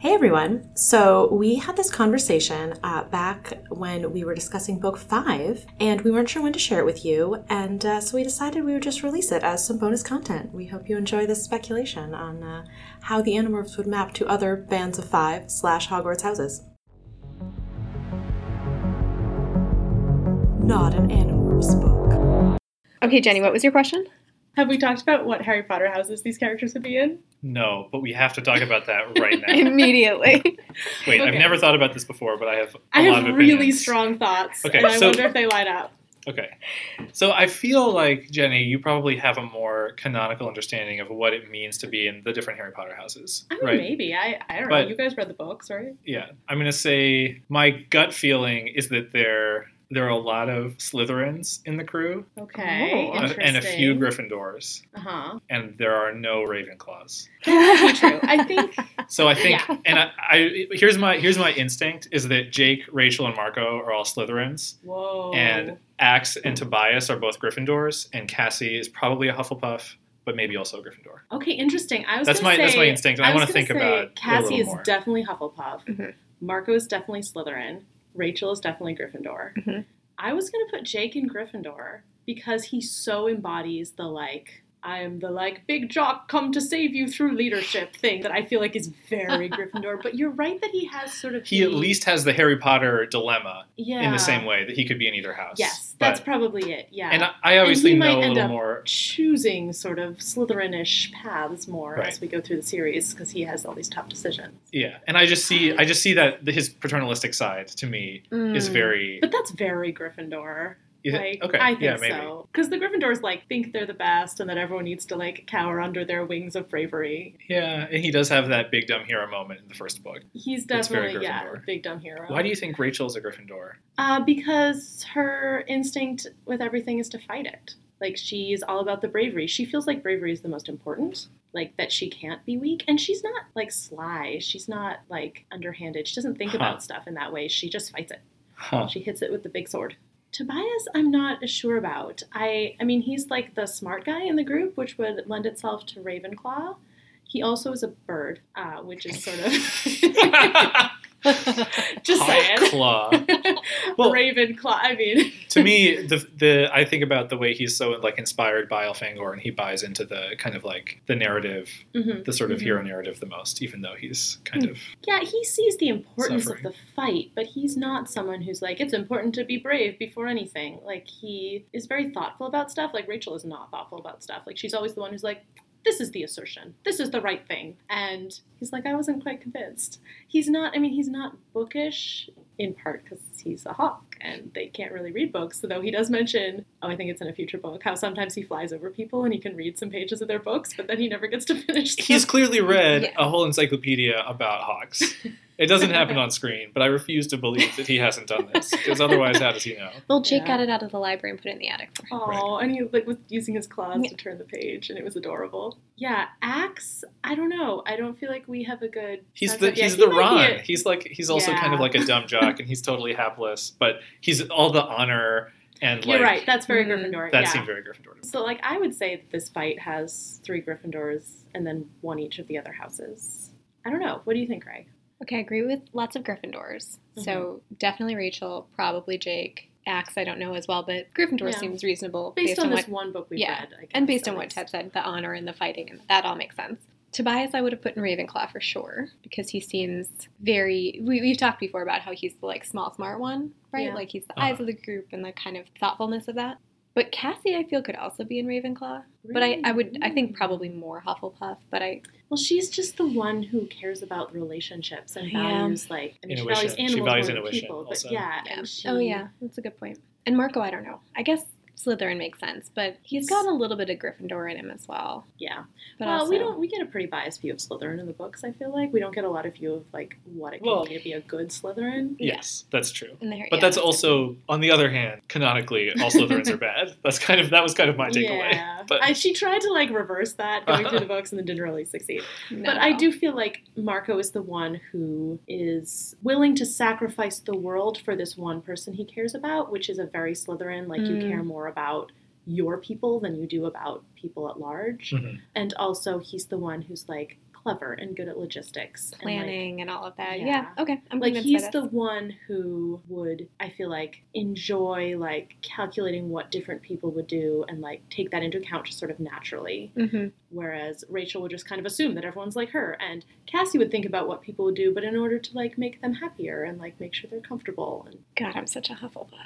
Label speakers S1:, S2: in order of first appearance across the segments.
S1: Hey everyone. So we had this conversation uh, back when we were discussing book five, and we weren't sure when to share it with you, and uh, so we decided we would just release it as some bonus content. We hope you enjoy this speculation on uh, how the Animorphs would map to other bands of five slash Hogwarts houses. Not an Animorphs book.
S2: Okay, Jenny, what was your question?
S3: Have we talked about what Harry Potter houses these characters would be in?
S4: No, but we have to talk about that right now.
S2: Immediately.
S4: Wait, I've
S3: Okay.
S4: never thought about this before, but I have. a
S3: I
S4: lot
S3: have
S4: of
S3: really
S4: opinions.
S3: strong thoughts,
S4: Okay,
S3: and I
S4: so-
S3: wonder if they line up.
S4: Okay, so I feel like Jenny, you probably have a more canonical understanding of what it means to be in the different Harry Potter houses,
S3: I mean,
S4: right?
S3: maybe. I, I don't
S4: But-
S3: know. You guys read the books, right?
S4: Yeah, I'm gonna say my gut feeling is that there there are a lot of Slytherins in the crew,
S3: Okay.
S2: Oh,
S4: uh,
S3: interesting.
S4: and a few Gryffindors,
S3: Uh huh.
S4: and there are no Ravenclaws.
S3: That might be true. I think.
S4: So I think, and I, I here's my here's my instinct is that Jake, Rachel, and Marco are all Slytherins.
S3: Whoa.
S4: And Axe and Tobias are both Gryffindors, and Cassie is probably a Hufflepuff, but maybe also a Gryffindor.
S3: okay, interesting. I was
S4: That's
S3: gonna
S4: my-
S3: say,
S4: that's my instinct, and I
S3: was
S4: wanna
S3: gonna
S4: think
S3: say
S4: about it a
S3: Cassie
S4: little
S3: is
S4: more.
S3: definitely Hufflepuff.
S2: Mhm.
S3: Marco is definitely Slytherin. Rachel is definitely Gryffindor.
S2: Mhm.
S3: I was gonna put Jake in Gryffindor because he so embodies the like. I am the like big jock come to save you through leadership thing that I feel like is very Gryffindor. But you're right that he has sort of
S4: He
S3: the-
S4: at least has the Harry Potter dilemma
S3: yeah
S4: in the same way that he could be in either house.
S3: Yes,
S4: But-
S3: that's probably it. Yeah,
S4: And I, I obviously
S3: he might
S4: know a
S3: end
S4: little
S3: up-
S4: more.
S3: choosing sort of Slytherinish paths more
S4: Right.
S3: as we go through the series because he has all these tough decisions.
S4: Yeah, and I just see I just see that his paternalistic side to me
S2: Mm.
S4: is very
S3: Mm. But that's very Gryffindor.
S4: yeah,
S3: Like,
S4: okay.
S3: I think
S4: yeah, maybe.
S3: so. Because the Gryffindors like think they're the best and that everyone needs to like cower under their wings of bravery.
S4: Yeah, and he does have that big dumb hero moment in the first book.
S3: He's
S4: That's very
S3: definitely yeah,
S4: Gryffindor.
S3: big dumb hero.
S4: Why do you think Rachel's a Gryffindor?
S3: Uh, because her instinct with everything is to fight it. Like she's all about the bravery. She feels like bravery is the most important. Like that she can't be weak, and she's not like sly. She's not like underhanded. She doesn't think
S4: Huh.
S3: about stuff in that way. She just fights it.
S4: Huh.
S3: She hits it with the big sword. Tobias, I'm not as sure about. I, I mean, he's like the smart guy in the group, which would lend itself to Ravenclaw. He also is a bird, uh, which is sort of just saying.
S4: Hot claw. Well-
S3: Ravenclaw. I mean,
S4: to me, the the I think about the way he's so like inspired by Elfangor, and he buys into the kind of like the narrative,
S3: Mhm.
S4: the sort of
S3: Mhm.
S4: hero narrative the most, even though he's kind of
S3: yeah, he sees the importance
S4: Suffering.
S3: of the fight, but he's not someone who's like, it's important to be brave before anything. Like, he is very thoughtful about stuff. Like, Rachel is not thoughtful about stuff. Like, she's always the one who's like, this is the assertion. This is the right thing. And he's like, I wasn't quite convinced. He's not, I mean, he's not bookish in part because he's a hawk and they can't really read books. Though he does mention, oh, I think it's in a future book, how sometimes he flies over people and he can read some pages of their books, but then he never gets to finish. them.
S4: he's clearly read
S2: Yeah.
S4: a whole encyclopedia about hawks. It doesn't happen on screen, but I refuse to believe that he hasn't done this because otherwise, how does he know?
S2: Well, Jake
S3: Yeah.
S2: got it out of the library and put it in the attic. for him.
S3: Oh, and he like was using his claws
S2: Yeah.
S3: to turn the page, and it was adorable. Yeah, axe. I don't know. I don't feel like we have a good.
S4: He's
S3: sense
S4: the
S3: of- yeah,
S4: he's
S3: he
S4: the
S3: might be
S4: Ron.
S3: a-
S4: He's like he's also
S3: Yeah.
S4: kind of like a dumb jock, and he's totally hapless, but he's all the honor and like
S3: You're right. That's very
S2: Mm,
S3: Gryffindor.
S4: that
S3: yeah.
S4: seemed very Gryffindor. To me.
S3: so, like, I would say that this fight has three Gryffindors and then one each of the other houses. I don't know. What do you think, Greg?
S2: Okay, I agree with lots of Gryffindors. So definitely Rachel, probably Jake. Axe, I don't know as well, but Gryffindor
S3: Yeah.
S2: seems reasonable
S3: Based, on,
S2: what
S3: this one book we've
S2: yeah,
S3: read, I guess,
S2: and based
S3: at
S2: on what
S3: least.
S2: Ted said, the honor and the fighting, and that all makes sense. Tobias, I would have put in Ravenclaw for sure because he seems very. We, we've talked before about how he's the like small, smart one, right?
S3: Yeah.
S2: Like he's the
S4: Uh-huh.
S2: eyes of the group and the kind of thoughtfulness of that. But Cassie, I feel could also be in Ravenclaw, but I, I would, I think
S3: Really?
S2: probably more Hufflepuff. But I,
S3: Well, she's just the one who cares about relationships and
S2: Yeah.
S3: values like I mean, she values
S4: Intuition. She
S3: animals
S4: values
S3: more than
S4: intuition
S3: people,
S4: also.
S3: but yeah,
S2: yeah.
S3: and she,
S2: oh yeah, that's a good point. And Marco, I don't know. I guess Slytherin makes sense, but he's got a little bit of Gryffindor in him as well.
S3: yeah.
S2: But
S3: well,
S2: also,
S3: we don't. We get a pretty biased view of Slytherin in the books. I feel like we don't get a lot of view of like what it can
S4: Well-
S3: be to be a good Slytherin.
S2: Yeah.
S4: Yes, that's true.
S2: in the Harry-
S4: But
S2: yeah,
S4: that's also, on the other hand, canonically, all Slytherins are bad. That's kind of that was kind of my takeaway.
S3: Yeah,
S4: But-
S3: I, she tried to like reverse that going through the books and then didn't really succeed.
S2: not
S3: But
S2: at
S3: I
S2: all.
S3: do feel like Marco is the one who is willing to sacrifice the world for this one person he cares about, which is a very Slytherin. Like you
S2: Mm.
S3: care more about your people than you do about people at large.
S2: Mm.
S4: Mhm.
S3: And also, he's the one who's like clever and good at logistics. and, like,
S2: planning and all of that. Yeah.
S3: Yeah.
S2: Okay. I'm
S3: like
S2: convinced
S3: he's
S2: by
S3: the
S2: this.
S3: one who would i feel like enjoy like calculating what different people would do and like take that into account just sort of naturally
S2: Mhm.
S3: whereas rachel would just kind of assume that everyone's like her and cassie would think about what people would do but in order to like make them happier and like make sure they're comfortable
S2: God, I'm such a Hufflepuff.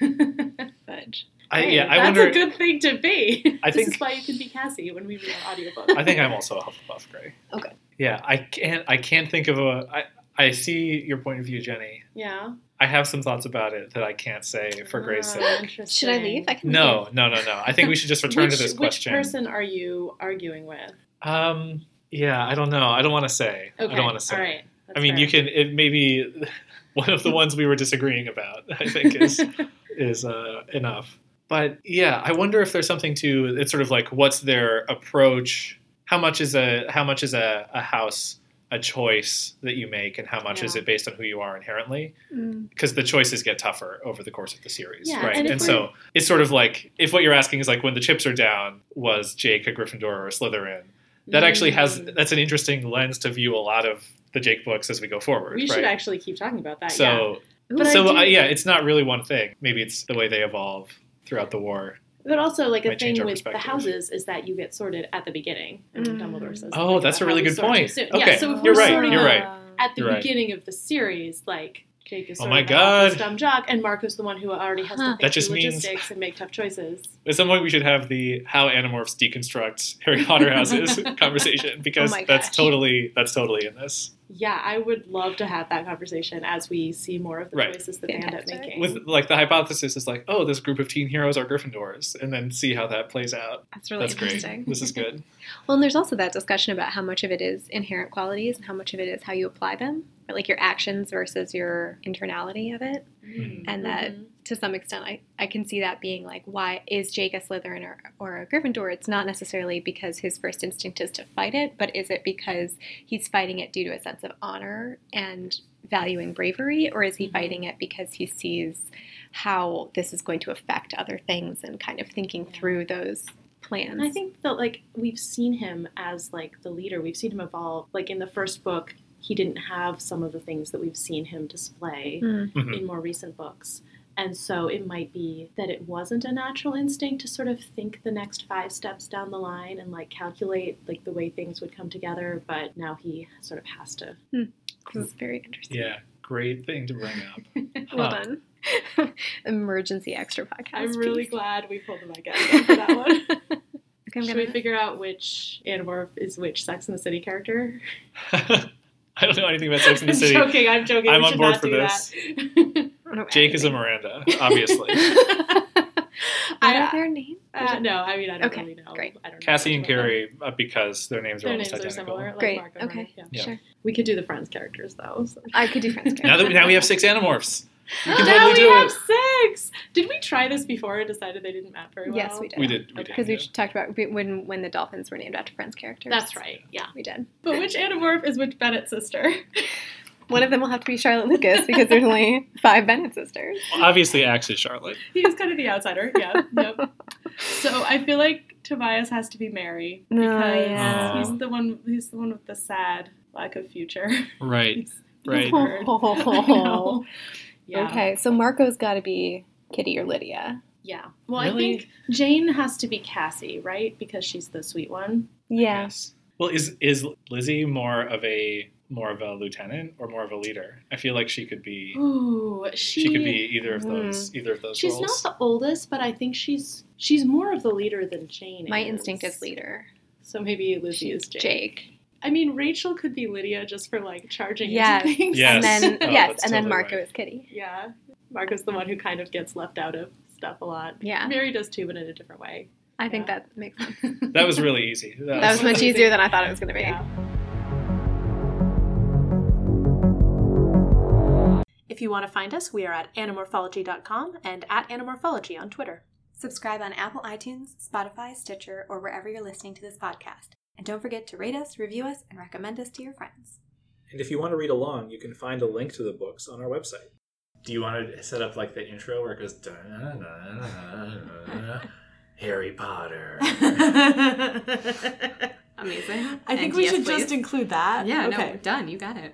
S3: and
S2: Fudge.
S4: I,
S3: Hey,
S4: yeah, I
S3: that's
S4: wonder.
S3: a good thing to be
S4: I
S3: this
S4: think-
S3: is why you can be cassie when we read our audiobook
S4: I think I'm also a Hufflepuff, Gray.
S2: Okay.
S4: Yeah, I can't. I can't think of a. I, I see your point of view, Jenny.
S3: yeah
S4: I have some thoughts about it that I can't say for Gray's
S3: Ah,
S4: sake.
S2: Should I leave? I
S3: interesting.
S2: can
S4: No, no, no, no. I think we should just return
S3: which,
S4: to this
S3: which
S4: question.
S3: person are you arguing with
S4: Um. Yeah, I don't know. I don't want to say. I don't want to say.
S3: All right.
S4: I mean, you can. It may be one of the ones we were disagreeing about. I think is is uh, enough. But yeah, I wonder if there's something to it's sort of like what's their approach? How much is a how much is a, a house a choice that you make, and how much is
S3: Yeah.
S4: it based on who you are inherently?
S2: leave.
S4: Because the choices get tougher over the course of the series,
S3: Yeah,
S4: right?
S3: and
S4: And,
S3: if
S4: so it's sort of like if what you're asking is like when the chips are down, was Jake a Gryffindor or a Slytherin? That actually
S3: Mm,
S4: has that's an interesting lens to view a lot of the Jake books as we go forward.
S3: We
S4: right?
S3: should actually keep talking about that.
S4: so
S3: yeah. But I
S4: so
S3: do-
S4: uh, yeah, it's not really one thing. Maybe it's the way they evolve throughout the war.
S3: But also, like a
S4: Might change
S3: thing
S4: our
S3: with the
S4: perspective.
S3: houses is that you get sorted at the beginning. And
S2: Mm.
S3: Dumbledore says.
S4: Oh,
S3: like,
S4: that's
S3: about
S4: a really
S3: how we
S4: good
S3: sort too
S4: point.
S3: soon.
S4: Okay,
S3: Yeah, so if
S4: you're
S3: we're
S4: right,
S3: sorting
S4: you're
S3: out
S4: right.
S3: at the
S4: You're right.
S3: beginning of the series, like Jake is
S4: Oh
S3: sort
S4: my
S3: of the helpless
S4: God.
S3: dumb jock, and Marco's the one who already has
S2: Huh.
S3: to think
S4: That just
S3: through
S4: means-
S3: logistics and make tough choices.
S4: At some point, we should have the how Animorphs deconstruct Harry Potter houses conversation because
S2: Oh my
S4: that's
S2: gosh.
S4: totally that's totally in this
S3: Yeah, I would love to have that conversation as we see more of the
S4: Right.
S3: choices that they end up
S2: Fantastic.
S3: making.
S4: with like the hypothesis is like oh this group of teen heroes are Gryffindors and then see how that plays out.
S2: That's really
S4: that's great.
S2: interesting.
S4: This is good.
S2: Well, and there's also that discussion about how much of it is inherent qualities and how much of it is how you apply them, or like your actions versus your internality of it. And that
S3: Mhm.
S2: to some extent, I, I can see that being like, why is Jake a Slytherin or, or a Gryffindor? It's not necessarily because his first instinct is to fight it, but is it because he's fighting it due to a sense of honor and valuing bravery, or is he
S3: Mhm.
S2: fighting it because he sees how this is going to affect other things and kind of thinking
S3: Yeah.
S2: through those plans?
S3: And I think that like we've seen him as like the leader. We've seen him evolve. Like in the first book, he didn't have some of the things that we've seen him display
S2: Mm.
S4: Mhm.
S3: in more recent books. And so it might be that it wasn't a natural instinct to sort of think the next five steps down the line and like calculate like the way things would come together, but now he sort of has to.
S2: this is very interesting.
S4: Yeah, great thing to bring up.
S2: Well
S4: Huh.
S2: done. Emergency extra podcast.
S3: I'm really
S2: piece.
S3: glad we pulled the mic out for that one.
S2: Okay, I'm
S3: Should
S2: gonna,
S3: we figure out which Animorph is which Sex in the City character?
S4: I don't know anything about Sex in the
S3: I'm
S4: City.
S3: joking. I'm joking.
S4: I'm
S3: we
S4: on
S3: should
S4: board
S3: not
S4: for
S3: do
S4: this.
S3: That.
S2: I don't know
S4: Jake is a
S2: anything.
S4: Miranda, obviously.
S2: What are
S3: I,
S2: their names?
S3: uh, no, I mean I don't
S2: Okay,
S3: really know.
S2: great.
S3: I don't know
S4: Cassie and
S3: much about them.
S4: Carrie uh, because their names are
S3: Their names
S4: almost
S3: are
S4: identical.
S3: similar. Like
S2: Great.
S3: Marco,
S2: okay.
S3: right? Yeah.
S4: Yeah.
S2: Sure.
S3: We could do the Friends characters though. so-
S2: I could do friends.
S4: Now that we, now we have six Animorphs. We can
S3: now
S4: totally
S3: we
S4: do
S3: have
S4: it.
S3: six. Did we try this before and decided they didn't map very well?
S2: Yes, we did.
S4: We did. We did.
S2: Because
S4: yeah.
S2: we talked about we- when when the dolphins were named after friends characters.
S3: That's right. Yeah.
S2: We did.
S3: But which Animorph is which Bennett sister?
S2: One of them will have to be Charlotte Lucas because there's only five Bennett sisters.
S4: Well, obviously, Axe is Charlotte.
S3: He was kind of the outsider. Yeah. Yep. So I feel like Tobias has to be Mary
S2: No,
S3: because
S2: yeah.
S3: he's the one. He's the one with the sad lack of future.
S4: Right.
S3: It's-
S4: Right.
S3: Bird. I know. Yeah.
S2: Okay, so Marco's got to be Kitty or Lydia.
S3: Yeah. Well, I
S4: Really?
S3: think Jane has to be Cassie, right? Because she's the sweet one.
S2: Yeah.
S4: Yes. Well, is is Lizzie more of a more of a lieutenant or more of a leader? I feel like she could be.
S3: Ooh,
S4: She,
S3: she,
S4: could be either of those. Either of those
S3: She's
S4: roles.
S3: not the oldest, but I think she's she's more of the leader than Jane.
S2: My
S3: is.
S2: instinct is leader.
S3: So maybe Lizzie is Jane. I mean, Rachel could be Lydia just for like charging
S2: Yes.
S3: into things.
S4: Yes.
S2: And then
S4: Oh,
S2: yes,
S4: that's
S2: and then
S4: totally
S2: Marco
S4: right.
S2: is Kitty.
S3: yeah, Marco's the one who kind of gets left out of stuff a lot.
S2: Yeah.
S3: Mary does too, but in a different way.
S2: I think
S3: Yeah.
S2: that makes sense.
S4: That was really easy. That,
S2: That was much easier than I thought it was going to be.
S3: Yeah.
S1: If you want to find us, we are at animorphology.com and at animorphology on Twitter.
S5: Subscribe on Apple iTunes, Spotify, Stitcher, or wherever you're listening to this podcast. And don't forget to rate us, review us, and recommend us to your friends.
S6: And if you want to read along, you can find a link to the books on our website. Do you want to set up like the intro where it goes Harry Potter?
S5: Amazing.
S3: I think
S5: And
S3: we
S5: yes,
S3: should just
S5: please.
S3: include that.
S5: Yeah,
S3: okay.
S5: no, done. You got it.